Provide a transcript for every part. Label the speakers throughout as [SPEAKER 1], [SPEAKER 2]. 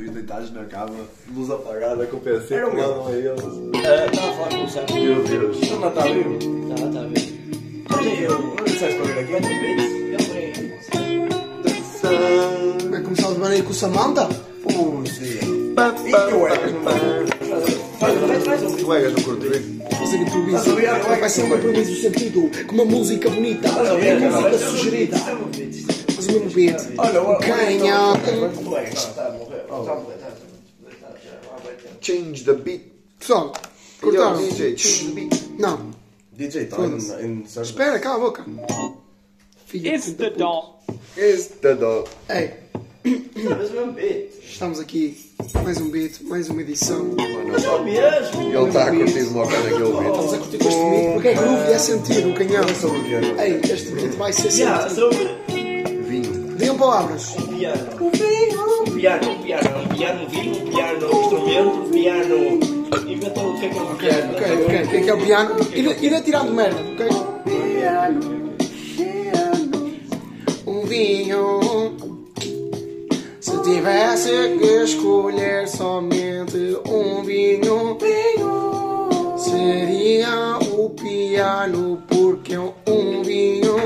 [SPEAKER 1] deitados na cama, luz apagada com o PC.
[SPEAKER 2] Era um
[SPEAKER 1] mandam a eles.
[SPEAKER 3] É,
[SPEAKER 2] Estava a falar com o Sérgio.
[SPEAKER 1] Meu Deus. Ele não está vivo.
[SPEAKER 2] Estava, estava a ver.
[SPEAKER 1] Olha eu. Olha, sabes qual era
[SPEAKER 2] é
[SPEAKER 1] aqui? Olha, vês?
[SPEAKER 2] Ele veio.
[SPEAKER 1] Dançando.
[SPEAKER 4] Vai começar a levar aí com o Samanta?
[SPEAKER 1] Pude.
[SPEAKER 2] E o Egas não vai. Faz um.
[SPEAKER 1] Colegas não curtem.
[SPEAKER 4] Fazer improviso.
[SPEAKER 1] Estás a ver? Olha,
[SPEAKER 4] Vai ser um
[SPEAKER 1] olha.
[SPEAKER 4] improviso sentido, com uma música bonita,
[SPEAKER 2] Estás a
[SPEAKER 4] com
[SPEAKER 2] ver,
[SPEAKER 4] uma
[SPEAKER 2] cara?
[SPEAKER 4] música sugerida. Faz o mesmo beat.
[SPEAKER 1] Olha, olha.
[SPEAKER 4] Canhota.
[SPEAKER 2] Está a morrer. Está a morrer. Está a morrer. Está a morrer.
[SPEAKER 3] Change the beat.
[SPEAKER 4] Pessoal,
[SPEAKER 3] Ele é o
[SPEAKER 1] Então,
[SPEAKER 4] cortaram.
[SPEAKER 3] DJ. Change the beat.
[SPEAKER 4] Não.
[SPEAKER 1] DJ
[SPEAKER 4] Foda-se.
[SPEAKER 1] Time.
[SPEAKER 4] Espera, cala a boca. Filho
[SPEAKER 5] It's the doll.
[SPEAKER 3] It's the dog.
[SPEAKER 4] Ei,
[SPEAKER 2] Talvez o mesmo beat.
[SPEAKER 4] estamos aqui. Mais um beat, mais uma edição.
[SPEAKER 2] Mas não mesmo.
[SPEAKER 3] Ele está a curtir uma coisa naquele beat.
[SPEAKER 4] Estamos a curtir com este beat porque é groove e é sentido, canhão.
[SPEAKER 1] Sobre o piano.
[SPEAKER 4] Ei, este beat vai ser
[SPEAKER 2] Já,
[SPEAKER 4] sentido.
[SPEAKER 2] sobre
[SPEAKER 3] Vinho.
[SPEAKER 4] Diam palavras.
[SPEAKER 2] um piano. Um piano, um piano. Um piano vivo, um piano instrumento, um piano. Inventou o que é que é um piano.
[SPEAKER 4] Ok, ok, o que é que é o piano? Ir, ir atirando merda, ok? Um vinho. Se tivesse que escolher somente um vinho, seria o piano, porque é um vinho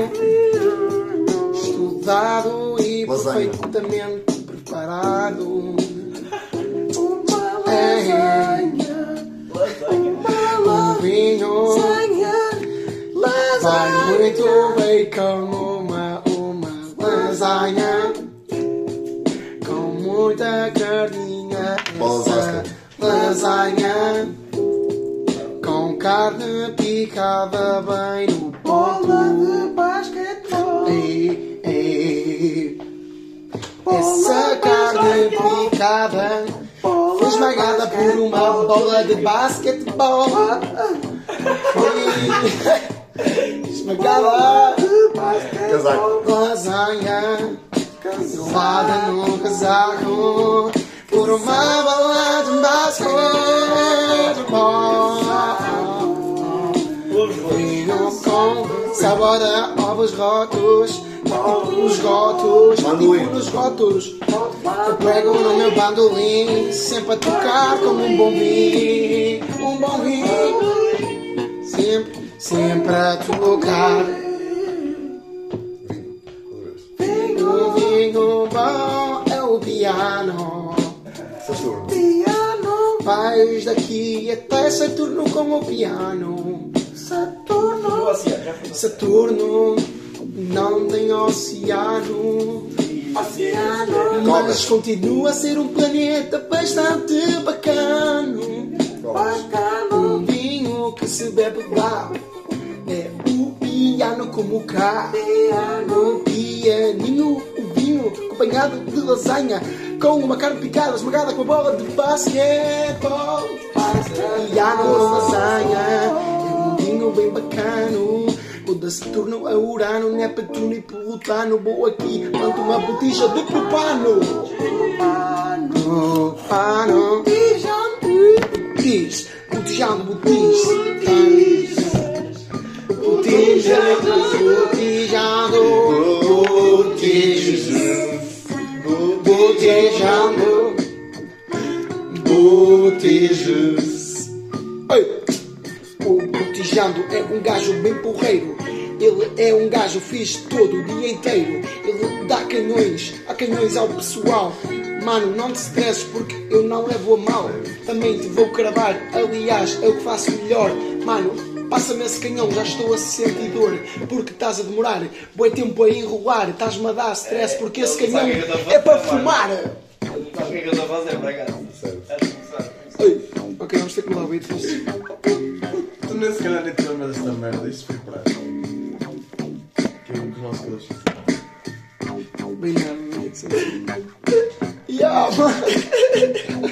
[SPEAKER 4] estudado e
[SPEAKER 3] Lasanha.
[SPEAKER 4] perfeitamente preparado. É. Ei. Um vinho Vai muito bem com uma, uma lasanha Com muita carninha
[SPEAKER 3] Bola de
[SPEAKER 4] Essa
[SPEAKER 3] basquete.
[SPEAKER 4] lasanha Com carne picada bem no bola de basquetebol ei, ei. Essa carne picada Foi esmagada por uma bola de basquetebol Foi esmagada
[SPEAKER 3] É, Casaco.
[SPEAKER 4] lasanha Levada num casaco Por uma bola de um basquetebol Vinho com sabor a ovos rotos Tipo nos rotos,
[SPEAKER 3] Bandolim.
[SPEAKER 4] tipo nos rotos Eu pego no meu bandolim Sempre a tocar como um bom vinho Um bom vinho Sempre, sempre a tocar Um vinho bom é o piano
[SPEAKER 3] Saturno.
[SPEAKER 4] piano. Vais daqui até Saturno com o piano. Saturno.
[SPEAKER 2] Então, assim,
[SPEAKER 4] Saturno não tem oceano. Oceano. Mas continua a ser um planeta bastante bacano. Bacano. O vinho que se bebe lá é o piano como cá. Piano. Pianinho, o um vinho acompanhado de lasanha. Com uma carne picada, esmagada com uma bola de basquetebol. Piano com lasanha. É um vinho bem bacano. O da Saturno a Urano, Neptuno e Plutano. Vou aqui, mando uma botija de propano. Propano. Botiz. Botijão de botiz. Botijão de botijão do botiz. Botijão do botiz. Ei, o Botijando é um gajo bem porreiro. Ele é um gajo fixe todo o dia inteiro. Ele dá canhões, há canhões ao pessoal. Mano, não te stresses porque eu não levo a mal. Também te vou cravar, aliás, é o que faço melhor. Mano, passa-me esse canhão, já estou a sentir dor. Porque estás a demorar, boi tempo a enrolar. Estás-me a dar stress porque esse
[SPEAKER 2] ele não
[SPEAKER 4] canhão
[SPEAKER 2] sabe o que É, eu tô a
[SPEAKER 4] é para
[SPEAKER 2] fazer,
[SPEAKER 4] fumar.
[SPEAKER 2] Eu não sabe o que é que eu estou a fazer, por acaso. É de começar.
[SPEAKER 4] Ei, ok, vamos ter que mudar o beat.
[SPEAKER 1] Tu nem se calhar nem te lembras desta merda. Isto foi para. Que é o que nós queremos fazer.
[SPEAKER 4] Obrigado, amigo. Yeah, mano.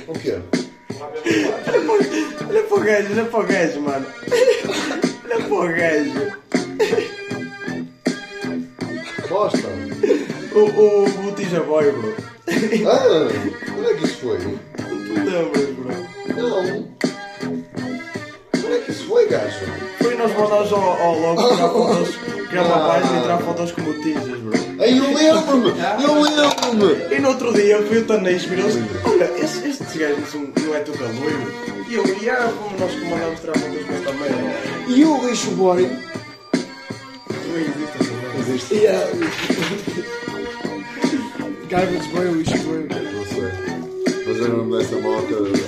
[SPEAKER 3] O que é?
[SPEAKER 1] Olha para o gajo, olha para o gajo, é mano. é Olha para o gajo.
[SPEAKER 3] Bosta.
[SPEAKER 1] O, o Botija Boy, bro.
[SPEAKER 3] Ah, onde é que isso foi?
[SPEAKER 1] Tu lembras, bro?
[SPEAKER 3] Não. Onde é que isso foi, gajo?
[SPEAKER 1] Foi nós mandámos ao, ao logo para Criar uma página e tirar fotos como tijas, bro.
[SPEAKER 3] Ai, eu lembro-me! Eu lembro-me!
[SPEAKER 1] E no outro dia fui o Tanês virou-se. Olha, esses estes gajos não, são- não é tudo loiro. E eu, e ah, como nós comandámos tirar fotos com esta merda.
[SPEAKER 4] E o lixo Boring?
[SPEAKER 1] Não existe essa merda.
[SPEAKER 3] Existe.
[SPEAKER 4] Yeah. Garbage Boy, lixo Boy.
[SPEAKER 3] Não sei. Mas eu lembro-me dessa moto,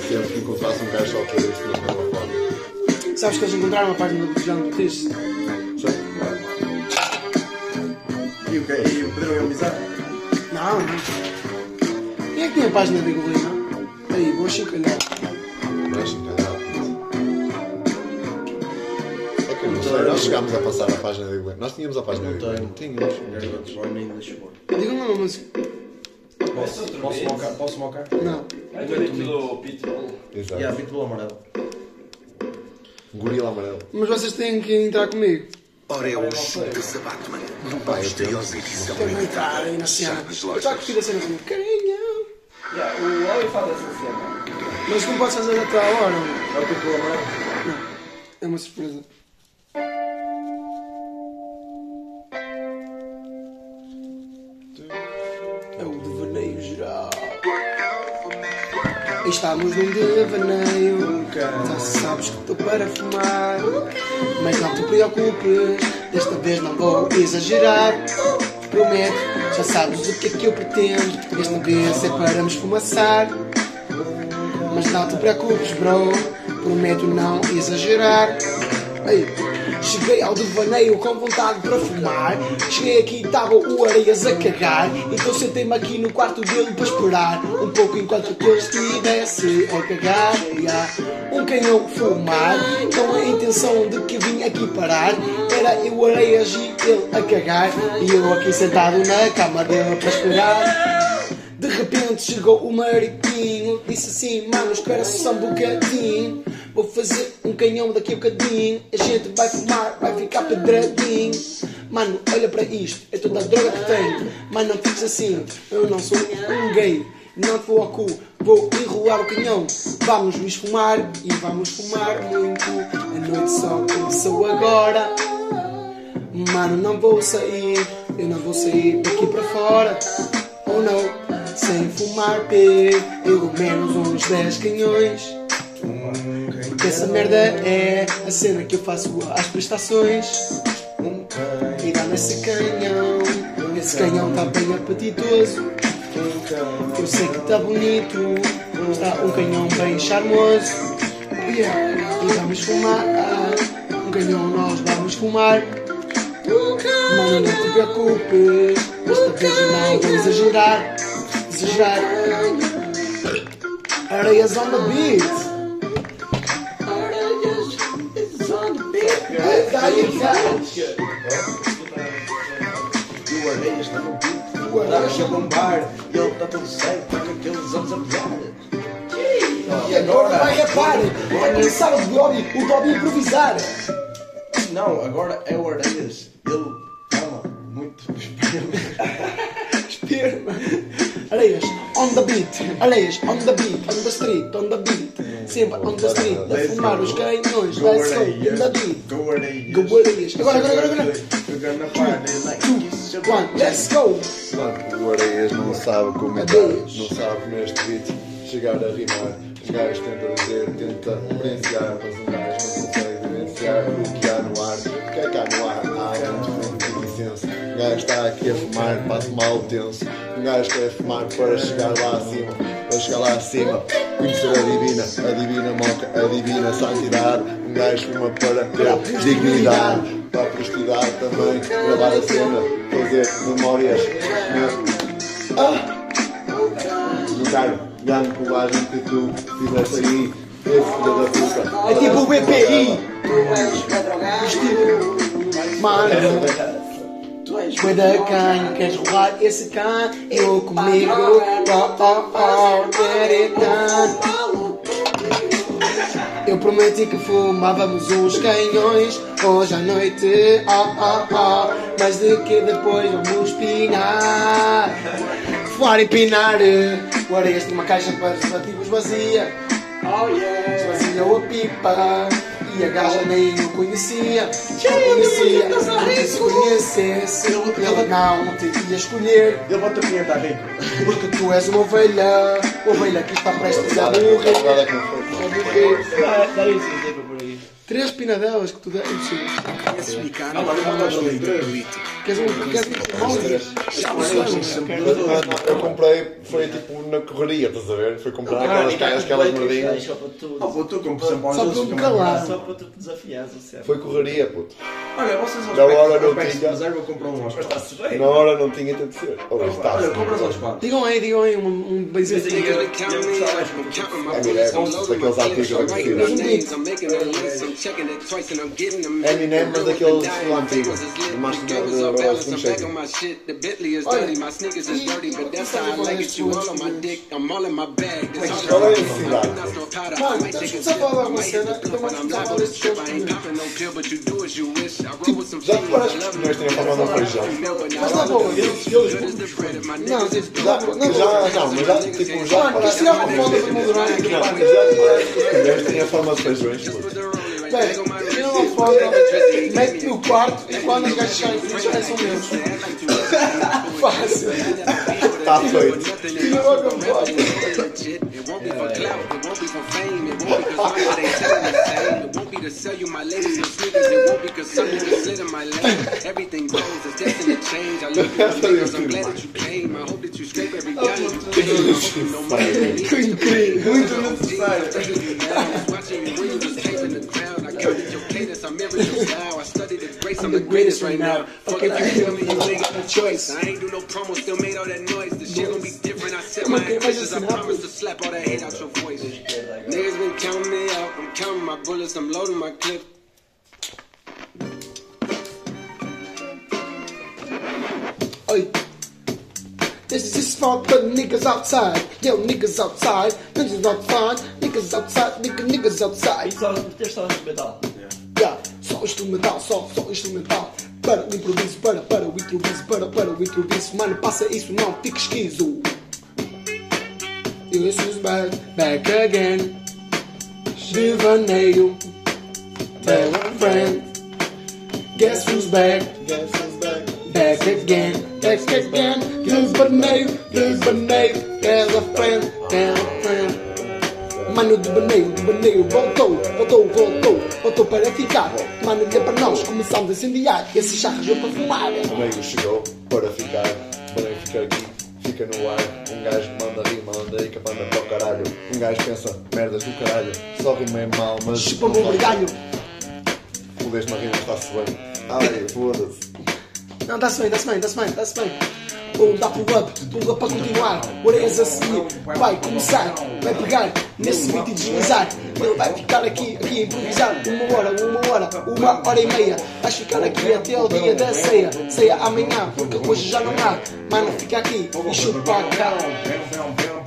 [SPEAKER 3] sempre que encontrasse um gajo só para este, não estava foda.
[SPEAKER 4] Sabes que eles encontraram a página do João Triste?
[SPEAKER 3] Sei.
[SPEAKER 1] E o que é? E o Pedrão e a amizade?
[SPEAKER 4] Não, não. Quem é que tem a página da Golina? Aí, vou chincalhar.
[SPEAKER 3] Mas, não é que eu não sei, nós chegámos a passar a página da Iguana. Nós tínhamos a página da Iguana.
[SPEAKER 1] Tínhamos.
[SPEAKER 4] Diga-me uma música.
[SPEAKER 1] Posso, posso mocar? Posso mocar?
[SPEAKER 4] Não.
[SPEAKER 2] Ai, tu do Pitbull.
[SPEAKER 1] E a
[SPEAKER 3] Exato.
[SPEAKER 1] Pitbull amarelo.
[SPEAKER 3] Um gorila amarelo.
[SPEAKER 4] Mas vocês têm que entrar comigo.
[SPEAKER 5] Ora, é o Judas a Batman.
[SPEAKER 3] Pá, eu tenho.
[SPEAKER 5] Misteriosa edição
[SPEAKER 4] Quero me entrar aí na cena.
[SPEAKER 5] Sabe as
[SPEAKER 4] Eu
[SPEAKER 5] lojas.
[SPEAKER 4] Já curti a cena como carinho.
[SPEAKER 2] Yeah, o Oli faz essa cena.
[SPEAKER 4] Mas como podes fazer até à hora? mano?
[SPEAKER 1] É o Pitbull amarelo.
[SPEAKER 4] É uma surpresa. É um devaneio geral. Estamos num devaneio. Já sabes que estou para fumar. Mas não te preocupes, desta vez não vou exagerar. Prometo, já sabes o que é que eu pretendo. Desta vez é para me esfumaçar. Mas não te preocupes, bro. Prometo não exagerar. Ei, cheguei ao devaneio com vontade para fumar. Cheguei aqui e estava o Areias a cagar. Então sentei-me aqui no quarto dele para esperar. Um pouco enquanto que ele estivesse a cagar. yeah. Um canhão fumar. Então a intenção de que vim aqui parar era eu, Areias e ele a cagar. E eu aqui sentado na cama dele para esperar. De repente chegou o mariquinho Disse assim, mano, espera só um bocadinho Vou fazer um canhão daqui a bocadinho A gente vai fumar, vai ficar pedradinho Mano, olha para isto, é toda a droga que tenho Mas não fiques assim, eu não sou um gay Não te vou ao cu, vou enrolar o canhão Vamos nos fumar e vamos fumar muito A noite só começou agora Mano, não vou sair, eu não vou sair daqui para fora. Oh não, sem fumar P, pelo menos uns 10 canhões. Porque essa merda é a cena que eu faço às prestações. Um E dá nesse canhão, esse canhão tá bem apetitoso.
[SPEAKER 1] então,
[SPEAKER 4] Eu sei que tá bonito, está um canhão bem charmoso. Yeah. E vamos fumar, um canhão nós vamos fumar. Mano, não te preocupes, desta vez não vou exagerar, exagerar. Areias on the beat. Areias on the beat.
[SPEAKER 1] E o Areias está no Pitbull. O Areias a bombar. E ele está todo certo com aqueles anos a pesar.
[SPEAKER 4] E agora vai repare, vai começar é o Dobby, o Dobby improvisar.
[SPEAKER 1] Não, agora é o Areias. Ele ama muito esperma.
[SPEAKER 4] Esperma. Areias on the beat, Areias on the beat, on the street, on the beat. Sempre on the street,
[SPEAKER 1] é
[SPEAKER 4] a fumar os canhões, let's go, on the beat.
[SPEAKER 1] Go Areias.
[SPEAKER 4] um Go Areias. Agora, agora, agora, agora.
[SPEAKER 1] Jogando na party like this.
[SPEAKER 4] One, let's go.
[SPEAKER 3] Mano, o Areias não sabe comentar, não sabe neste beat chegar a rimar. Os gajos tentam dizer, tenta diferenciar, mas um gajo não consegue diferenciar o que há no ar. O que é que há no ar? Há muito de licença. O gajo está aqui a fumar, passa mal tenso. O gajo quer fumar para chegar lá acima, para chegar lá acima. Conhecer a divina, a divina moca, a divina santidade. Um gajo fuma para ter dignidade para prestigiar também, gravar a cena, fazer memórias. né? Ah! Lugar, grande colagem que tu fizeste aí, esse filho da puta.
[SPEAKER 4] É tipo o BPI. Estilo. Mano, foi da canha, queres rolar esse canho comigo? Oh, oh, oh, queretano. Eu prometi que fumávamos uns canhões hoje à noite, oh, oh, oh. Mas de que depois vamos pinar. Fumar e pinar. eh. Agora este uma caixa para os ativos vazia. Oh yeah! Esvazia a pipa E a gaja nem o conhecia. Já conhecia. Porque se conhecesse, ela não te ia escolher.
[SPEAKER 1] Ele bota a pinheta a rico.
[SPEAKER 4] Porque tu és uma ovelha. Ovelha que está prestes a morrer.
[SPEAKER 3] Agora que não foi.
[SPEAKER 4] a morrer.
[SPEAKER 2] Dá- Dá-lhe um exemplo por aí.
[SPEAKER 4] Três pinadelas que tu dás.
[SPEAKER 5] Conheces Micano como um leitor político.
[SPEAKER 4] Queres um. Queres um.
[SPEAKER 3] Três.
[SPEAKER 4] Vamos.
[SPEAKER 3] Eu comprei, foi tipo na correria, estás a ver? Foi comprar aquelas caixas, aquelas merdinhas.
[SPEAKER 2] Só para tu,
[SPEAKER 1] Ah, vou tu, como por exemplo, aos
[SPEAKER 4] Só um
[SPEAKER 1] outros
[SPEAKER 4] para me
[SPEAKER 1] que mandam.
[SPEAKER 4] calar.
[SPEAKER 2] Ah, só para tu te desafiares, o céu.
[SPEAKER 3] Foi correria, puto.
[SPEAKER 1] Olha, vocês vão
[SPEAKER 3] Já agora não
[SPEAKER 1] peço
[SPEAKER 3] tinha.
[SPEAKER 1] bazar, vou comprar um Oscar.
[SPEAKER 2] Está-se bem.
[SPEAKER 3] Na hora não tinha tanto de ser. Olha, está.
[SPEAKER 1] Olha, compras aos pá.
[SPEAKER 4] Digam aí, digam aí um, um beijinho.
[SPEAKER 2] Mas aí,
[SPEAKER 5] Gotta count me out, count
[SPEAKER 3] É,
[SPEAKER 5] me
[SPEAKER 3] é,
[SPEAKER 5] out. All over
[SPEAKER 3] daqueles
[SPEAKER 5] my pants,
[SPEAKER 3] atores
[SPEAKER 5] I'm writing my
[SPEAKER 3] antigos.
[SPEAKER 5] names, I'm making a list, I'm checking it twice and I'm getting them.
[SPEAKER 3] Eminem, mas daqueles lá antigos. Mas
[SPEAKER 5] The
[SPEAKER 3] que
[SPEAKER 5] game is
[SPEAKER 3] não-
[SPEAKER 5] off balance,
[SPEAKER 3] não
[SPEAKER 5] I'm back
[SPEAKER 3] chega.
[SPEAKER 5] on my shit. The Bentley is
[SPEAKER 4] Olha,
[SPEAKER 5] dirty, my sneakers is
[SPEAKER 4] e-
[SPEAKER 5] dirty, but that's
[SPEAKER 4] sabe
[SPEAKER 5] how I
[SPEAKER 4] qual é
[SPEAKER 5] like
[SPEAKER 4] as
[SPEAKER 5] it. You all on my
[SPEAKER 4] suas-
[SPEAKER 5] dick, I'm all in my bag. That's
[SPEAKER 3] Mas
[SPEAKER 5] all
[SPEAKER 3] qual
[SPEAKER 5] I
[SPEAKER 3] é
[SPEAKER 5] like.
[SPEAKER 3] a cidade?
[SPEAKER 5] I'm not so tired of-
[SPEAKER 4] Mano,
[SPEAKER 5] I might
[SPEAKER 4] deixa
[SPEAKER 5] take
[SPEAKER 4] eu
[SPEAKER 5] a
[SPEAKER 4] só
[SPEAKER 5] sip,
[SPEAKER 4] falar
[SPEAKER 5] I
[SPEAKER 4] uma
[SPEAKER 5] might hit
[SPEAKER 4] cena,
[SPEAKER 5] the
[SPEAKER 4] eu
[SPEAKER 5] club,
[SPEAKER 4] tava
[SPEAKER 5] but I'm
[SPEAKER 4] aqui
[SPEAKER 5] liable
[SPEAKER 4] falando
[SPEAKER 5] to
[SPEAKER 4] de
[SPEAKER 5] trip. I ain't
[SPEAKER 4] coisa.
[SPEAKER 5] popping no pill, but you do as you wish. I roll with some
[SPEAKER 3] Já
[SPEAKER 5] fiends,
[SPEAKER 3] reparaste
[SPEAKER 5] I
[SPEAKER 3] que os
[SPEAKER 5] love them.
[SPEAKER 3] meus têm a forma de uma feijão?
[SPEAKER 4] Mas tá bom, eles. eles
[SPEAKER 5] Good as the bread of my
[SPEAKER 4] não,
[SPEAKER 5] niggas is
[SPEAKER 4] tipo,
[SPEAKER 3] Já,
[SPEAKER 4] dá- não,
[SPEAKER 3] já, não, mas já, tipo, já
[SPEAKER 4] Mano, quer
[SPEAKER 3] reparaste.
[SPEAKER 4] tirar é uma foto do Moldurão aqui?
[SPEAKER 3] um Não, mas já reparaste que os colheres têm a forma de feijões, puto.
[SPEAKER 4] Velho, tira uma foto, mete no quarto e quando os gajos saem, eles já são meus. Fácil.
[SPEAKER 3] Está feito.
[SPEAKER 4] Tira logo a foto.
[SPEAKER 5] It won't be for clout, it won't be for fame, it won't be cause my shit ain't selling the same. It won't be to sell you my latest new sneakers, it won't be cause something is lit in my lane. Everything goes, it's destined to change. I love you, niggas, I'm glad that you came. I hope that you scrape every dollar. I hope you know money ain't easy.
[SPEAKER 4] Incrível.
[SPEAKER 1] Muito necessário.
[SPEAKER 5] I'm the greatest right now. Fuck if you feel me, you ain't got no choice. I ain't do no promo, still made all that noise. The shit gon' be different. I set my intentions. I promise to slap all that hate out your voice. Niggas been counting me out. I'm counting my bullets. I'm loading my clip.
[SPEAKER 4] Oi. This is for the niggas outside. Yo, niggas outside. Niggas outside. Niggas outside. Nigga, niggas outside.
[SPEAKER 2] E só meter só no metal.
[SPEAKER 4] Yeah. Só instrumental, só, só instrumental. Para o improviso, para, para o improviso, para, para o improviso. Mano, passa isso, não fique esquizo. This is back, back again. Divaneio. Tell a friend. Guess who's back?
[SPEAKER 3] Guess it's back.
[SPEAKER 4] Back again, back again. Desbaneio, desbaneio. Tell a friend, tell a friend. Mano de Baneio, de Baneio voltou, voltou, voltou, voltou para ficar. Mano, olha para nós, começamos a incendiar. Esse charros para fumar.
[SPEAKER 3] Amigo chegou para ficar, para ficar aqui, fica no ar. Um gajo que manda rima, anda aí que manda para o caralho. Um gajo pensa, merdas do caralho, só rima é mal, mas.
[SPEAKER 4] Chupa o regalho.
[SPEAKER 3] Fudeste uma rima, está-se bem. Ai, foda-se.
[SPEAKER 4] Não, está-se bem, está-se bem, está-se bem, está-se bem. Ou dá pull up, pull up para continuar. Orelhas a seguir, vai começar, vai pegar nesse beat e deslizar. Ele vai ficar aqui, aqui a improvisar. Uma hora, uma hora, uma hora e meia. Vais ficar aqui até o dia da ceia. Ceia amanhã, porque hoje já não há. Mano, fica aqui e chupa a cara.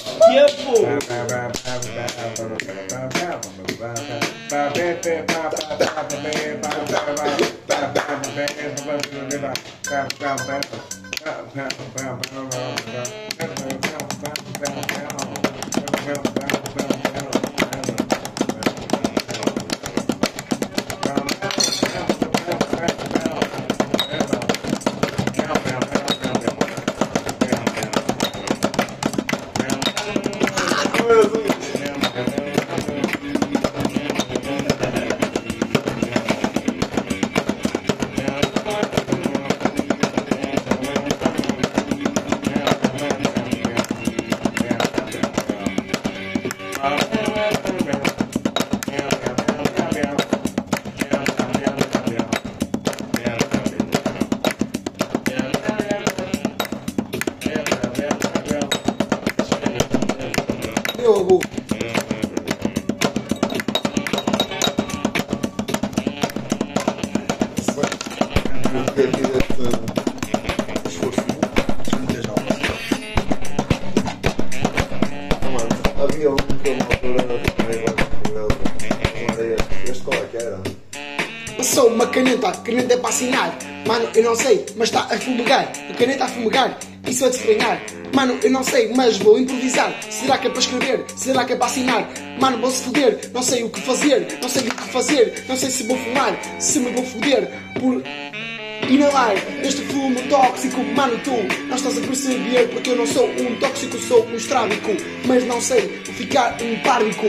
[SPEAKER 2] é Tempo!
[SPEAKER 6] Yeah.
[SPEAKER 3] é
[SPEAKER 4] assinar. Mano, eu não sei, mas está a fumegar. A caneta a fumegar. Isso a despenhar. Mano, eu não sei, mas vou improvisar. Será que é para escrever? Será que é para assinar? Mano, vou se foder. Não sei o que fazer. Não sei o que fazer. Não sei se vou fumar. Se me vou foder. Por inalar este fumo tóxico, mano, tu não estás a perceber porque eu não sou um tóxico, sou um estrábico, mas não sei ficar um párvico.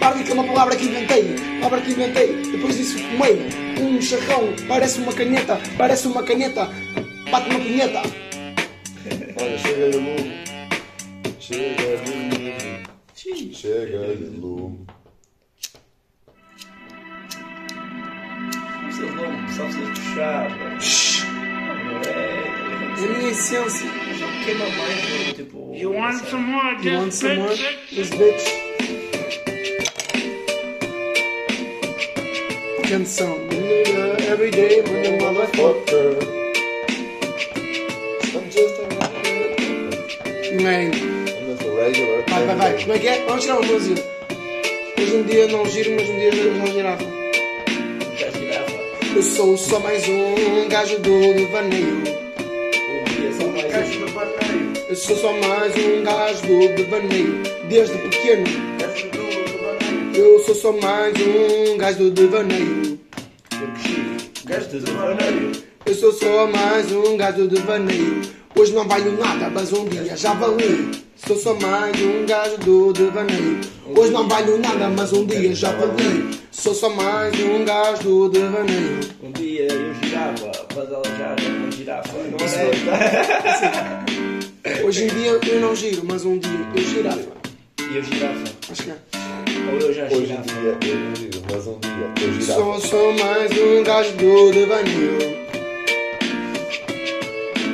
[SPEAKER 4] Párvico é uma palavra que inventei, palavra que inventei, depois disso fumei um charrão, parece uma caneta, parece uma caneta, bate uma punheta.
[SPEAKER 3] Olha, chega de lume. Chega de lume. Chega de lume.
[SPEAKER 2] Não sei o nome, só precisa puxar, mano.
[SPEAKER 4] É a minha essência.
[SPEAKER 2] Já queima mais, mano, tipo.
[SPEAKER 6] You want some more?
[SPEAKER 4] You want
[SPEAKER 6] Just
[SPEAKER 4] some more?
[SPEAKER 6] bit- bit-
[SPEAKER 4] This bitch. Grande som.
[SPEAKER 3] Everyday when a motherfucker. I'm just a motherfucker. I'm
[SPEAKER 4] Man.
[SPEAKER 3] just a regular.
[SPEAKER 4] Vai, vai, vai. Como é que é? Vamos tirar uma música. Hoje um dia não giro, mas um dia já não girava.
[SPEAKER 2] Já girava.
[SPEAKER 4] Eu sou só mais um gajo do devaneio.
[SPEAKER 2] Um dia só mais um.
[SPEAKER 1] Caixa do barbeiro.
[SPEAKER 4] Eu sou só mais um gajo do devaneio. Desde pequeno,
[SPEAKER 1] Caixa do barbeiro.
[SPEAKER 4] eu sou só mais um gajo do devaneio.
[SPEAKER 2] Eu que chique.
[SPEAKER 1] Caixa do barbeiro.
[SPEAKER 4] Eu sou só mais um gajo do devaneio. Hoje não valho nada, mas um dia já vali. Sou só mais um gajo do devaneio. Hoje não valho nada, mas um dia já vali. Sou só mais um gajo do devaneio.
[SPEAKER 2] Um dia eu girava, mas ela já era uma girafa. Não é?
[SPEAKER 4] Hoje em dia eu não giro, mas um dia eu girava.
[SPEAKER 2] E eu girafa.
[SPEAKER 4] Acho que é.
[SPEAKER 2] Ou eu já
[SPEAKER 3] Hoje em
[SPEAKER 2] girava.
[SPEAKER 3] dia eu não digo, mas um dia eu
[SPEAKER 4] Sou
[SPEAKER 3] girava.
[SPEAKER 4] só mais um gajo do devaneio.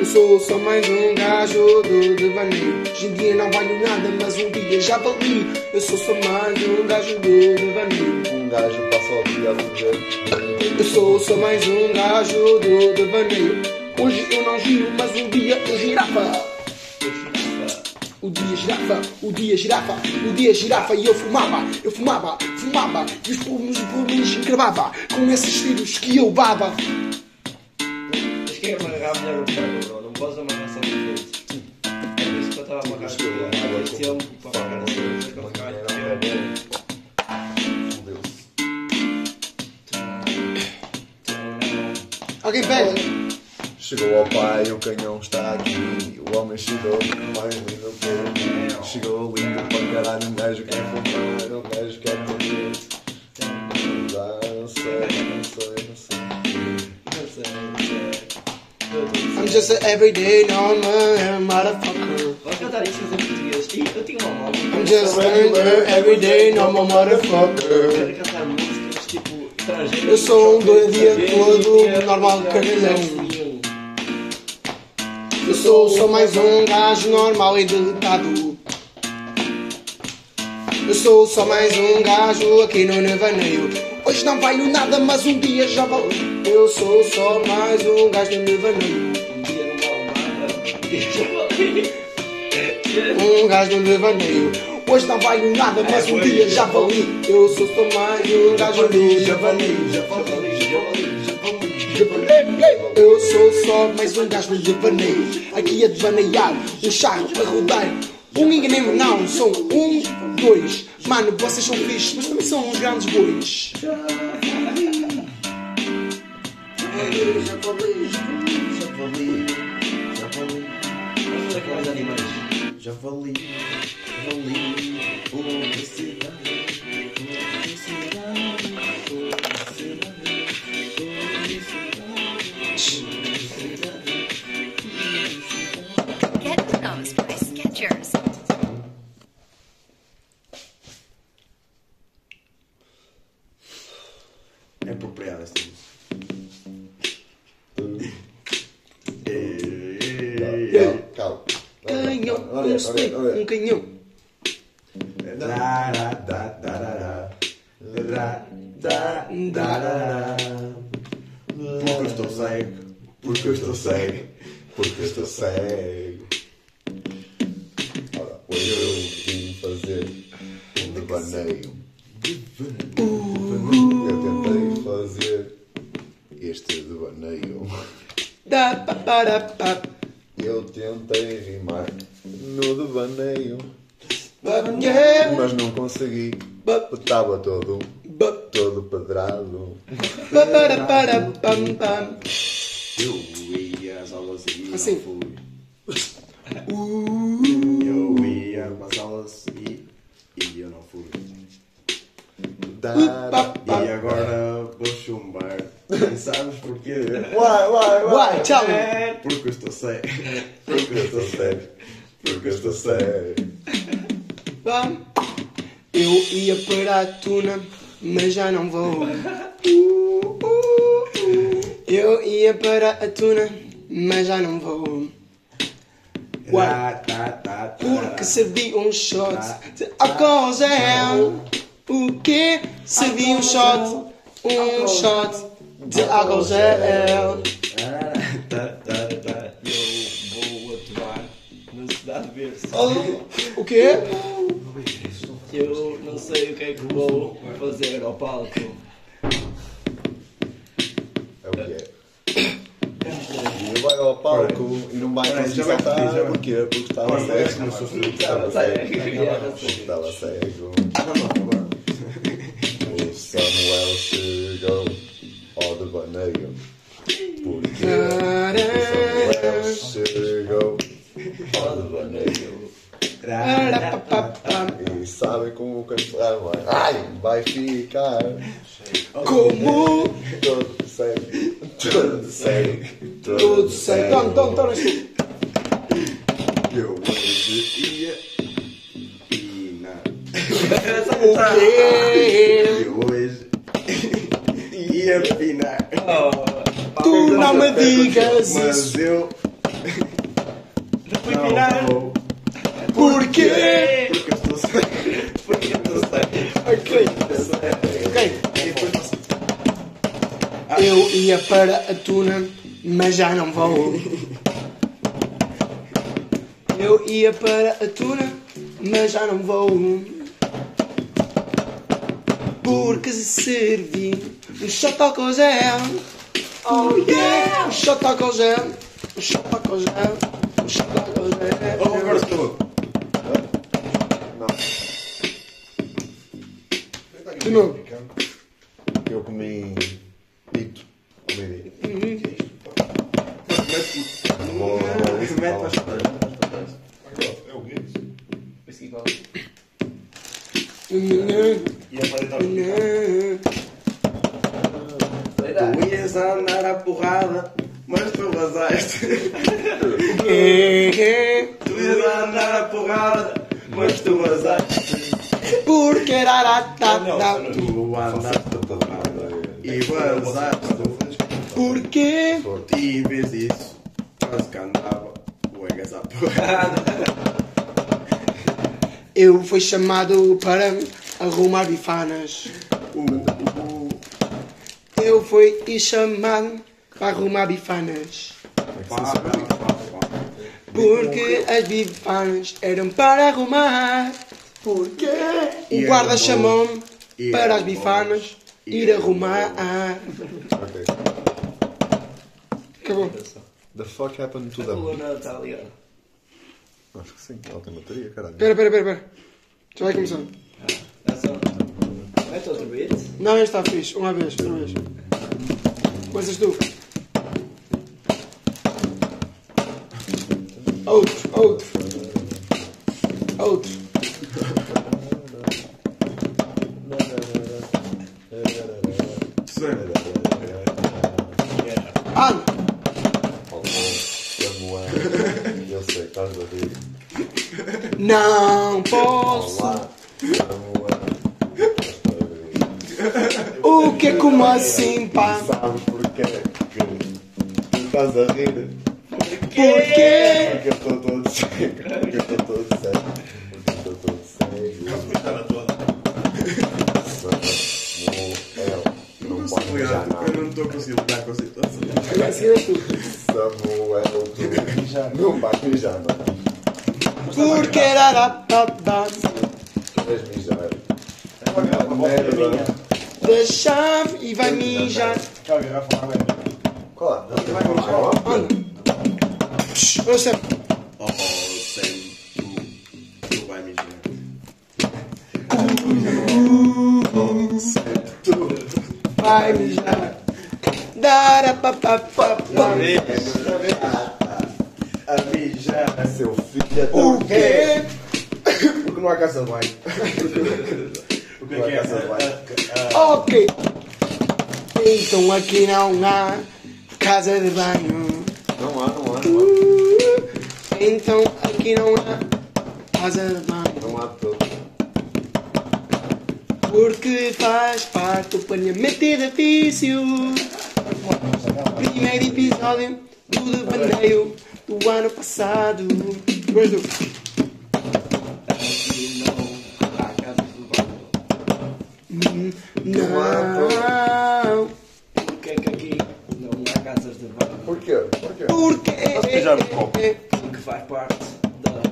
[SPEAKER 4] Eu sou só mais um gajo do devaneio. Hoje em dia não valho nada, mas um dia já vali. Eu sou só mais um gajo do devaneio.
[SPEAKER 3] Um gajo passa o dia a
[SPEAKER 4] Eu
[SPEAKER 3] viver.
[SPEAKER 4] sou só mais um gajo do devaneio. Hoje eu não giro, mas um dia eu girava.
[SPEAKER 2] Eu girava.
[SPEAKER 4] O dia girafa, o dia girafa, o dia girafa e eu fumava, eu fumava, fumava e os pulmões e pulmões encravava com esses tiros que eu baba.
[SPEAKER 2] Mas quem é amarrar a mulher no frango, bro? Não posso amarrar só no dedo. É por isso que eu estava amarrado
[SPEAKER 3] Acho que eu
[SPEAKER 2] com
[SPEAKER 3] vou
[SPEAKER 2] ela.
[SPEAKER 3] lá
[SPEAKER 2] Esse é um papai
[SPEAKER 3] Fala,
[SPEAKER 2] que eu sei que eu ficava de
[SPEAKER 3] era um
[SPEAKER 2] pior.
[SPEAKER 3] bebê. Fudeu-se.
[SPEAKER 4] Alguém pega?
[SPEAKER 3] Chegou ao pai, o canhão está aqui. O homem chegou, mais lindo que eu. Chegou lindo para caralho. Um gajo quer fumar, um gajo quer comer. Ah, Não sei, não sei, não sei.
[SPEAKER 2] Não é sei, não sei. Eu tô-
[SPEAKER 4] I'm just an everyday normal motherfucker.
[SPEAKER 2] Vamos cantar isso em português. Ih, eu tenho uma moda.
[SPEAKER 4] I'm just an everyday normal motherfucker.
[SPEAKER 2] quero cantar músicas tipo estrangeiras.
[SPEAKER 4] Eu sou um doido dia todo,
[SPEAKER 2] Estrangeiras,
[SPEAKER 4] normal,
[SPEAKER 2] estrangeiras,
[SPEAKER 4] cagalhão.
[SPEAKER 2] nenhum.
[SPEAKER 4] Eu sou só mais um gajo normal e deletado. Eu sou só mais um gajo aqui no Nevaneio. Hoje não valho nada, mas um dia já vou. Eu sou só mais um gajo no Nevaneio.
[SPEAKER 2] Um dia não vale nada. Deixa eu
[SPEAKER 4] Um gajo no Nevaneio. Hoje não valho nada, mas um dia já vali. Eu sou só mais um gajo no Nevaneio.
[SPEAKER 1] Já falei, já falei, já falei.
[SPEAKER 4] Eu sou só mais um gajo no devaneio. Aqui a devaneiar, um charro a rodar. Um enganemo não, são um, dois. Mano, vocês são fixos, mas também são uns grandes bois.
[SPEAKER 1] Já falei, já falei, já falei.
[SPEAKER 2] fazer com mais animais.
[SPEAKER 1] Já vali, vali, publicidade, publicidade, publicidade, publicidade.
[SPEAKER 7] Get those by Skechers.
[SPEAKER 1] É apropriada esta música.
[SPEAKER 3] Calma, calma.
[SPEAKER 4] Canhão,
[SPEAKER 3] Olha,
[SPEAKER 4] um swing,
[SPEAKER 3] olha, olha.
[SPEAKER 4] um canhão.
[SPEAKER 1] Dará, dá, darará. Dará, dá, darará. Porque eu estou cego,
[SPEAKER 3] Porque eu estou cego, porque eu estou cego. Ora, hoje eu vim fazer um devaneio. Eu tentei fazer este devaneio. torneio.
[SPEAKER 4] Da, pa, pa, da, pa.
[SPEAKER 3] Eu tentei rimar no devaneio,
[SPEAKER 4] Banheiro.
[SPEAKER 3] mas não consegui. Estava todo,
[SPEAKER 4] Ba,
[SPEAKER 3] todo pedrado.
[SPEAKER 4] pa, pa, da, pa, da, pam, pam.
[SPEAKER 1] Eu ia às aulas e não
[SPEAKER 4] Assim.
[SPEAKER 1] fui. Eu ia às aulas e, e eu não fui.
[SPEAKER 3] Dar,
[SPEAKER 1] E agora vou chumbar. E sabes porquê?
[SPEAKER 3] Uai, uai,
[SPEAKER 4] Uai, tchau.
[SPEAKER 1] Porque eu estou sério.
[SPEAKER 3] Porque eu estou sério. Porque eu estou sério.
[SPEAKER 4] Pam. Eu ia para a tuna, mas já não vou. Eu ia para a tuna, mas já não vou. Uai.
[SPEAKER 1] Tá, tá, tá, tá.
[SPEAKER 4] Porque servi um shot de álcool gel. O quê? Servi um shot, um shot de álcool gel.
[SPEAKER 1] Ah, tá, tá, tá.
[SPEAKER 2] Eu vou atuar na cidade verde.
[SPEAKER 4] O quê?
[SPEAKER 2] Eu não sei o que é que vou fazer ao palco.
[SPEAKER 3] É o que é. E vai ao palco e não é vai
[SPEAKER 1] Peraí,
[SPEAKER 3] conseguir
[SPEAKER 1] já vai pedir, já
[SPEAKER 3] saltar.
[SPEAKER 1] vai.
[SPEAKER 3] Porquê? Porque estava
[SPEAKER 1] Peraí,
[SPEAKER 3] cego.
[SPEAKER 1] já começou a fazer.
[SPEAKER 3] Estava cego. Ah, Estava cego. O Samuel chegou ao devaneio. Porque o Samuel chegou ao devaneio. E sabe como cantar vai. Ai, vai ficar
[SPEAKER 4] Como?
[SPEAKER 3] todo cego. Todo cego.
[SPEAKER 4] Tudo certo. Toma, toma, toma.
[SPEAKER 1] Eu hoje ia. E não.
[SPEAKER 4] O quê?
[SPEAKER 1] Eu hoje. Ia pinar.
[SPEAKER 4] Tu Ah, não me digas isso.
[SPEAKER 1] Mas eu.
[SPEAKER 2] Não fui
[SPEAKER 1] Não,
[SPEAKER 2] pinar
[SPEAKER 1] vou,
[SPEAKER 4] Por quê?
[SPEAKER 1] porque eu estou sério.
[SPEAKER 2] porque tu sei.
[SPEAKER 4] Ok. Ok. Eu ia para a tuna, mas já não vou. Eu ia para a tuna, mas já não vou. Porque servi um shot álcool gel. Oh yeah! Um shot álcool gel. Um shot álcool gel. Um shot álcool gel.
[SPEAKER 1] Oh, agora estou.
[SPEAKER 4] De novo.
[SPEAKER 3] Eu comi dito. Comi dito. Vou- vou-
[SPEAKER 1] Mete mais para trás.
[SPEAKER 2] E agora
[SPEAKER 1] Tu ias andar à porrada, mas tu vazaste. Tu ias andar à porrada, mas tu vazaste.
[SPEAKER 4] Porque era ratatá.
[SPEAKER 1] Tu andaste à porrada e vazaste.
[SPEAKER 4] Porque
[SPEAKER 1] E vês isso, quase que andava. Uegas à porrada.
[SPEAKER 4] eu fui chamado para arrumar bifanas.
[SPEAKER 1] Uh, uh, uh.
[SPEAKER 4] Eu fui e chamado para arrumar bifanas.
[SPEAKER 1] Pá, pá, pá, pá.
[SPEAKER 4] Porque as bifanas eram para arrumar. Porque o guarda chamou-me para as bifanas ir arrumar.
[SPEAKER 3] Ok.
[SPEAKER 4] Acabou.
[SPEAKER 3] The fuck happened to
[SPEAKER 2] a
[SPEAKER 3] them?
[SPEAKER 2] coluna está ligada.
[SPEAKER 3] Acho que sim. Ela tem bateria, caralho.
[SPEAKER 4] Espera, espera, espera, espera. Já vai começar.
[SPEAKER 2] É só. Mete outro beat.
[SPEAKER 4] Não, este está fixe. Uma vez, outra vez. Coisas tu. Outro, outro. Outro.
[SPEAKER 1] Sim.
[SPEAKER 4] Ah!
[SPEAKER 3] Oh, Samuel. Eu sei que estás a rir.
[SPEAKER 4] Não posso.
[SPEAKER 3] Olá. Samuel. É Estás a rir.
[SPEAKER 4] O que é como assim, pá?
[SPEAKER 3] Sabes porquê que tu estás a rir?
[SPEAKER 4] Porquê?
[SPEAKER 3] Porque eu estou todo cego. Porque eu estou todo cego. Porque eu estou todo cego. Samuel. Não pode já
[SPEAKER 1] Obrigado,
[SPEAKER 3] nada.
[SPEAKER 1] eu não estou conseguindo lidar com a situação.
[SPEAKER 4] A seguir és tu.
[SPEAKER 3] Samuel. Tu não vais mijar, não.
[SPEAKER 4] Porque era da da da.
[SPEAKER 3] Tu vais mijar. Merda.
[SPEAKER 4] Deixa-me e vai mijar.
[SPEAKER 3] Qual é?
[SPEAKER 4] Eu sei.
[SPEAKER 1] Oh, sem tu. Tu vai me dizer.
[SPEAKER 4] Vai mijar. Dara pa pa pa pa.
[SPEAKER 1] A mijar.
[SPEAKER 3] Seu filho é
[SPEAKER 4] O quê?
[SPEAKER 1] Porque não há casa de banho. Porque
[SPEAKER 4] é?
[SPEAKER 3] não há casa de banho.
[SPEAKER 4] Ok. Então aqui não há casa de banho.
[SPEAKER 3] Não há, não há, não
[SPEAKER 4] Então aqui não há casa de banho.
[SPEAKER 3] há. Não há de todo.
[SPEAKER 4] Porque faz parte do planeamento edifício. Primeiro episódio do devaneio do ano passado. Mas do- Hum, Não.
[SPEAKER 2] Porquê que aqui não há casas de banho?
[SPEAKER 3] Porquê? Porquê?
[SPEAKER 4] Porque.
[SPEAKER 3] mijar no copo.
[SPEAKER 2] Porque faz parte da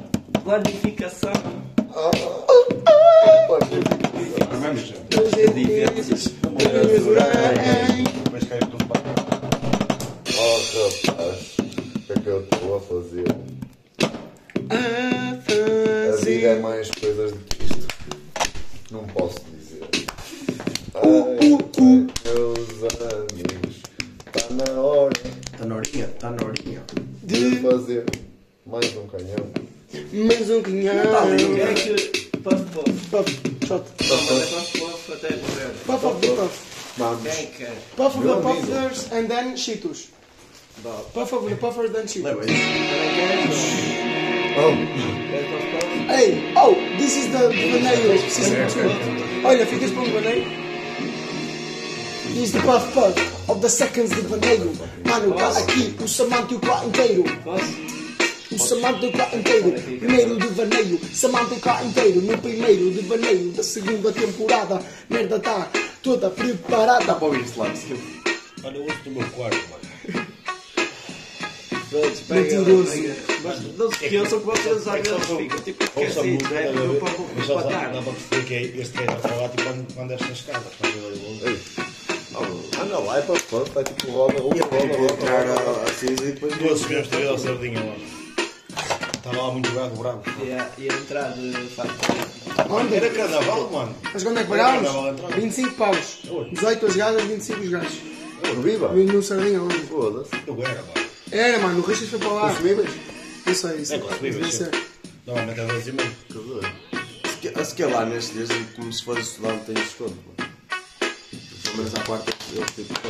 [SPEAKER 2] planificação.
[SPEAKER 1] Primeiro mijar. Mas cai tudo para cá.
[SPEAKER 3] Oh, rapaz. O que é que eu estou a fazer?
[SPEAKER 4] A
[SPEAKER 3] A vida é
[SPEAKER 4] fazer.
[SPEAKER 3] mais coisas do que isto. Não posso dizer. Ai,
[SPEAKER 4] Uh, uh, uh.
[SPEAKER 3] meus amigos. Está na hora
[SPEAKER 1] Está na horinha, está na horinha.
[SPEAKER 3] de
[SPEAKER 4] De
[SPEAKER 3] fazer mais um canhão.
[SPEAKER 4] mais um
[SPEAKER 2] Quem é
[SPEAKER 4] canhão.
[SPEAKER 2] que. Puff, puff.
[SPEAKER 4] Puff, shot.
[SPEAKER 2] Não, mas é puff, puff até morrer.
[SPEAKER 4] Puff of the puff.
[SPEAKER 3] Vamos.
[SPEAKER 2] Quem quer?
[SPEAKER 4] Puff of the
[SPEAKER 3] Meu amigo.
[SPEAKER 4] puffers and then Cheetos. Puff of the puffers then Cheetos.
[SPEAKER 1] Leva isso.
[SPEAKER 3] Oh,
[SPEAKER 4] Ei, oh, this is the Vaneio season Oh, 2. Olha, ficas para o Vaneio. This is the puff puff of the seconds de Vaneio. Mano, cá aqui, o Samante e o Clá um inteiro.
[SPEAKER 2] Posso?
[SPEAKER 4] O Samanta cá inteiro, primeiro devaneio, Samanta cá inteiro, no primeiro devaneio da segunda temporada. Merda tá toda preparada.
[SPEAKER 1] Pode ouvir isso lá, se quer.
[SPEAKER 2] Olha, eu uso do meu quarto, mano.
[SPEAKER 4] Mentiroso.
[SPEAKER 2] Mas não se esqueçam que vocês às vezes ficam tipo esquecidos, é? Não para
[SPEAKER 6] Dá
[SPEAKER 2] empatar.
[SPEAKER 6] para perceber que é este gajo a falar tipo quando, quando estas escadas, estás a ver?
[SPEAKER 3] oh, anda lá, é para fã, está tipo roda, uma roda, outra roda.
[SPEAKER 1] a cinza e depois.
[SPEAKER 6] Duas vezes ter ido ao Sardinha lá.
[SPEAKER 8] Tá
[SPEAKER 6] Estava lá muito bravo, bravo.
[SPEAKER 2] E a, e a entrar de facto.
[SPEAKER 4] Ontem,
[SPEAKER 6] Era carnaval, mano.
[SPEAKER 4] mas quando é que
[SPEAKER 6] Carnaval
[SPEAKER 4] parámos?
[SPEAKER 6] entrou.
[SPEAKER 4] 25 paus. 18 as gajas, 25 os gajos.
[SPEAKER 3] Viva!
[SPEAKER 4] Eu no Sardinha ontem.
[SPEAKER 3] Foda-se.
[SPEAKER 6] Eu era, mano.
[SPEAKER 4] Era, mano, o Richard foi para lá.
[SPEAKER 3] Consumíveis?
[SPEAKER 4] Não sei, isso.
[SPEAKER 6] É consumíveis,
[SPEAKER 4] Deve
[SPEAKER 6] sim.
[SPEAKER 4] ser.
[SPEAKER 6] Normalmente é dois e meio.
[SPEAKER 3] Que doido.
[SPEAKER 1] A se quer lá neste dias, é como se fosse estudante, tem desconto. mano. Pelo menos à quarta, eu tive desconto.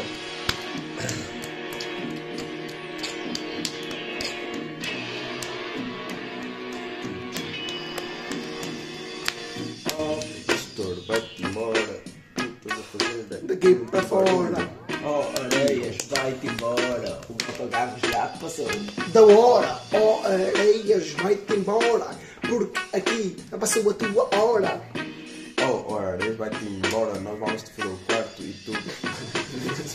[SPEAKER 1] Oh, pastor, vai-te embora. Estás a fazer
[SPEAKER 4] Daqui para fora.
[SPEAKER 2] Oh, areias, vai-te embora. O autocarro já te passou.
[SPEAKER 4] da hora, ó areias, vai-te embora, porque aqui já passou a tua hora.
[SPEAKER 1] Oh, ora, vai-te embora, nós vamos te foder o quarto e tu.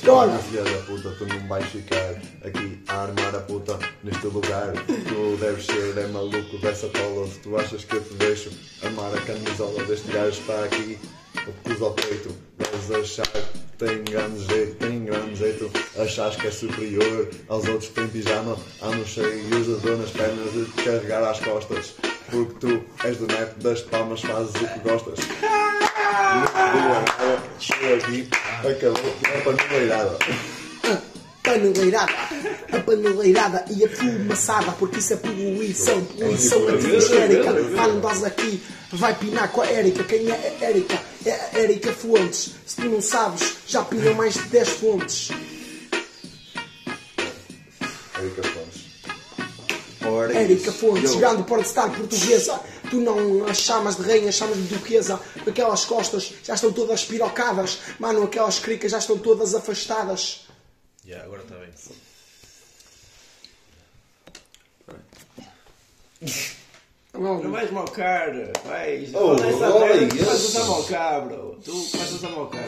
[SPEAKER 4] Olha,
[SPEAKER 3] Filha da puta, tu não vais ficar aqui a armar a puta neste lugar. Tu deves ser é maluco dessa cola. Se tu achas que eu te deixo armar a camisola deste gajo está aqui, o pus ao peito. Vais achar que tem grande jeito, tem grande jeito. Achas que é superior aos outros que têm pijama, anos cheios de dor nas pernas e de carregar às costas. Porque tu és do neto das palmas, fazes o que gostas. Chegou aqui, acabou, é para não beirada.
[SPEAKER 4] paneleirada, a paneleirada e a fumaçada, porque isso é poluição, poluição atmosférica. Andas aqui, vai pinar com a Érica. Quem é a Érica? É a Érica Fontes. Se tu não sabes, já pinou mais de 10 fontes.
[SPEAKER 3] Erika Fontes.
[SPEAKER 1] Ora,
[SPEAKER 4] Érica
[SPEAKER 1] isso.
[SPEAKER 4] Fontes,
[SPEAKER 1] Yo.
[SPEAKER 4] grande pornstar portuguesa. Tu não a chamas de rainha, chamas de duquesa. Aquelas costas já estão todas pirocadas. Mano, aquelas cricas já estão todas afastadas.
[SPEAKER 6] Já, agora
[SPEAKER 8] tá
[SPEAKER 6] está bem.
[SPEAKER 4] Logo.
[SPEAKER 2] Não vais malcar, vais.
[SPEAKER 3] Oh,
[SPEAKER 2] Olha essa
[SPEAKER 3] olha
[SPEAKER 2] merda, tu
[SPEAKER 3] isso.
[SPEAKER 2] passas a malcar, bro. Tu passas a malcar.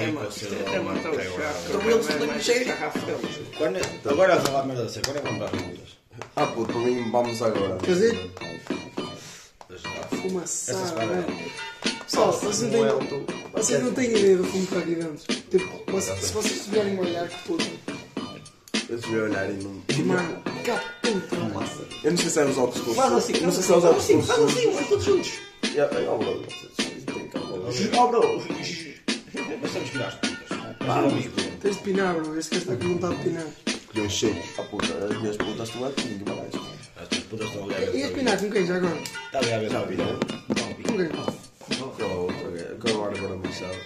[SPEAKER 2] É, mano, isto é matar o chaco. É mais garrafão.
[SPEAKER 6] Quando é- Agora a falar merda assim, quando é que vamos às multas?
[SPEAKER 1] Ah, puto, por mim, vamos agora.
[SPEAKER 4] Quer dizer,
[SPEAKER 6] Das garrafas.
[SPEAKER 4] fumaçada.
[SPEAKER 6] semana
[SPEAKER 4] Pessoal, vocês não é têm.
[SPEAKER 3] tu.
[SPEAKER 4] Vocês não têm ideia do como está aqui dentro. Tipo, vocês- se vocês tiverem um olhar que puta.
[SPEAKER 1] Eu te vi olhar e não.
[SPEAKER 4] Mano, cá puta, mano.
[SPEAKER 1] Eu não sei se é os óculos com
[SPEAKER 9] Faz assim,
[SPEAKER 1] Não sei se é os óculos com
[SPEAKER 9] faz assim, faz todos juntos.
[SPEAKER 1] Yeah, oh, bro, vocês têm calma, bro.
[SPEAKER 9] Oh, bro. Nós temos que dar as putas. Mas um amigo.
[SPEAKER 4] Tens de pinar, bro. Este gajo está com vontade de pinar.
[SPEAKER 3] Colhões cheios.
[SPEAKER 1] Ah, puta, as minhas putas estão aqui, ninguém mais.
[SPEAKER 8] As tuas putas estão ali a ver.
[SPEAKER 4] Ias é pinar com quem já agora?
[SPEAKER 8] Está Tá ali a ver a vida.
[SPEAKER 4] Com quem?
[SPEAKER 3] é
[SPEAKER 1] Aquela outra, aquela Bárbara Machado.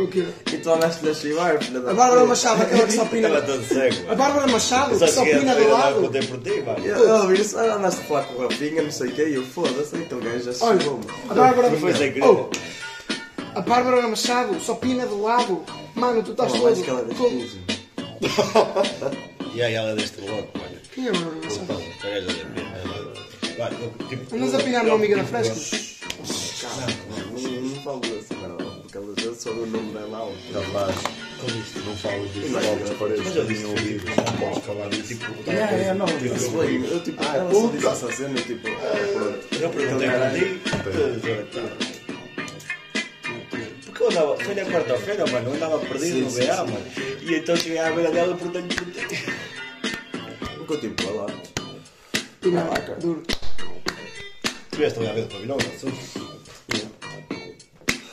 [SPEAKER 4] O quê?
[SPEAKER 1] E tu andaste-lhe a chivar, filha da.
[SPEAKER 4] A Bárbara Machado, aquela que só pina.
[SPEAKER 8] Estava todo Tá cego.
[SPEAKER 4] A Bárbara Machado,
[SPEAKER 8] Só
[SPEAKER 4] que só
[SPEAKER 8] cheguei a
[SPEAKER 4] pina do
[SPEAKER 8] ter a dar
[SPEAKER 4] lado.
[SPEAKER 8] conta é por ti, vai.
[SPEAKER 1] Ela vira-se, ah, andaste a falar com o Rafinha, não sei o quê, e eu foda-se, então o gajo já
[SPEAKER 4] Olha,
[SPEAKER 1] chegou, mano.
[SPEAKER 4] a Bárbara.
[SPEAKER 8] Não foi sem querer.
[SPEAKER 4] Oh, a Bárbara Machado, só pina de lado. Mano, tu estás
[SPEAKER 1] Fala mais que ela é
[SPEAKER 4] todo. todo-
[SPEAKER 1] difícil.
[SPEAKER 8] E aí ela é deste bloco, olha.
[SPEAKER 4] Quem é a Bárbara Machado?
[SPEAKER 8] Então, a gaja da pena. Vai, eu, tipo,
[SPEAKER 4] Andas a
[SPEAKER 8] eu-
[SPEAKER 4] pinar numa amiga da fresca?
[SPEAKER 1] Não, não falo assim, não, porque ela já soube o nome dela há outra.
[SPEAKER 3] Capaz. Não falo disso. Logo as paredes
[SPEAKER 8] Mas eu
[SPEAKER 3] também
[SPEAKER 8] disse
[SPEAKER 3] ouvi.
[SPEAKER 8] que não posso falar disso. Tipo,
[SPEAKER 1] É, é, não, tipo, eu, eu, tipo, ela só disse essa cena, eu, tipo, pronto.
[SPEAKER 8] Eu perguntei para ti. Porque eu andava, foi na quarta-feira, mano, eu andava perdido no BA, mano. E então cheguei à beira dela e perguntei-lhe por ti.
[SPEAKER 1] Nunca tipo, lá.
[SPEAKER 4] Pinar, duro.
[SPEAKER 8] Tu vieste ali à vez para mim, não?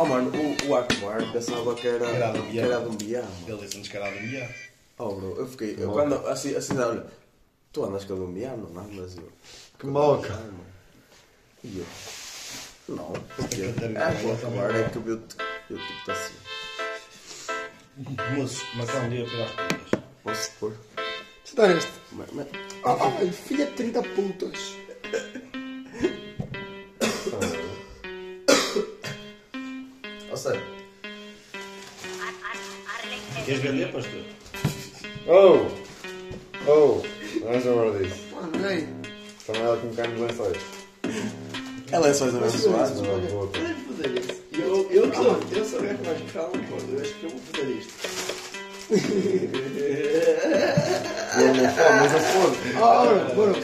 [SPEAKER 1] Oh, mano, o, o Akbar pensava que era,
[SPEAKER 8] Era de um
[SPEAKER 1] que
[SPEAKER 8] biá.
[SPEAKER 1] era de um biá, mano.
[SPEAKER 8] Ele disse-me descarado e ia.
[SPEAKER 1] Oh, bro, eu fiquei. Eu quando. Assim, assim, olha. Tu andas colombiano, não andas? Eu,
[SPEAKER 3] Que moca.
[SPEAKER 1] "Calma." E eu. Não.
[SPEAKER 8] É que
[SPEAKER 1] Porque.
[SPEAKER 8] ter
[SPEAKER 1] Ah,
[SPEAKER 8] vergonha
[SPEAKER 1] vou
[SPEAKER 8] também,
[SPEAKER 1] acabar. É que eu. Eu tipo, tá assim.
[SPEAKER 8] Moços, marcar um dia para ir às putas.
[SPEAKER 1] Posso pôr?
[SPEAKER 4] Se dá este.
[SPEAKER 1] Mas, mas,
[SPEAKER 8] Ah,
[SPEAKER 4] Oh, oh, filha de 30 putas.
[SPEAKER 1] ou seja,
[SPEAKER 8] Queres vender, pastor?
[SPEAKER 3] Oh! Oh! Vamos agora disso.
[SPEAKER 4] Mano, ei.
[SPEAKER 3] Também ela com carne de lençóis.
[SPEAKER 1] ela é só a abençoada.
[SPEAKER 3] Não, não, vou outra.
[SPEAKER 9] Podemos fazer isso. Eu, eu, sou, eu sou o gajo mais fala, pô. Eu acho que eu vou fazer isto.
[SPEAKER 3] Eu não falo, mas eu fodo.
[SPEAKER 4] Oh, ora, bora. Vá,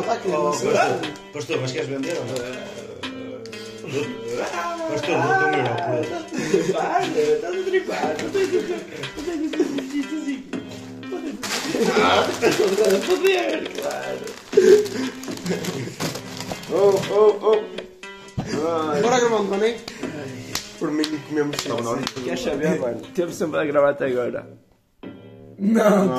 [SPEAKER 4] está aqui.
[SPEAKER 8] Oh,
[SPEAKER 4] não sei.
[SPEAKER 8] pastor, pastor, mas queres vender ou não? Pastor, dou-te um euro por ele.
[SPEAKER 9] Para, estás a tripar. Não tens de não tens de fazer isto assim. Não tens de poder, claro.
[SPEAKER 4] Bora gravar um também?
[SPEAKER 1] Por mim, comemos chão, não.
[SPEAKER 9] Queres saber, mano? Temos sempre a gravar até agora.
[SPEAKER 4] Não,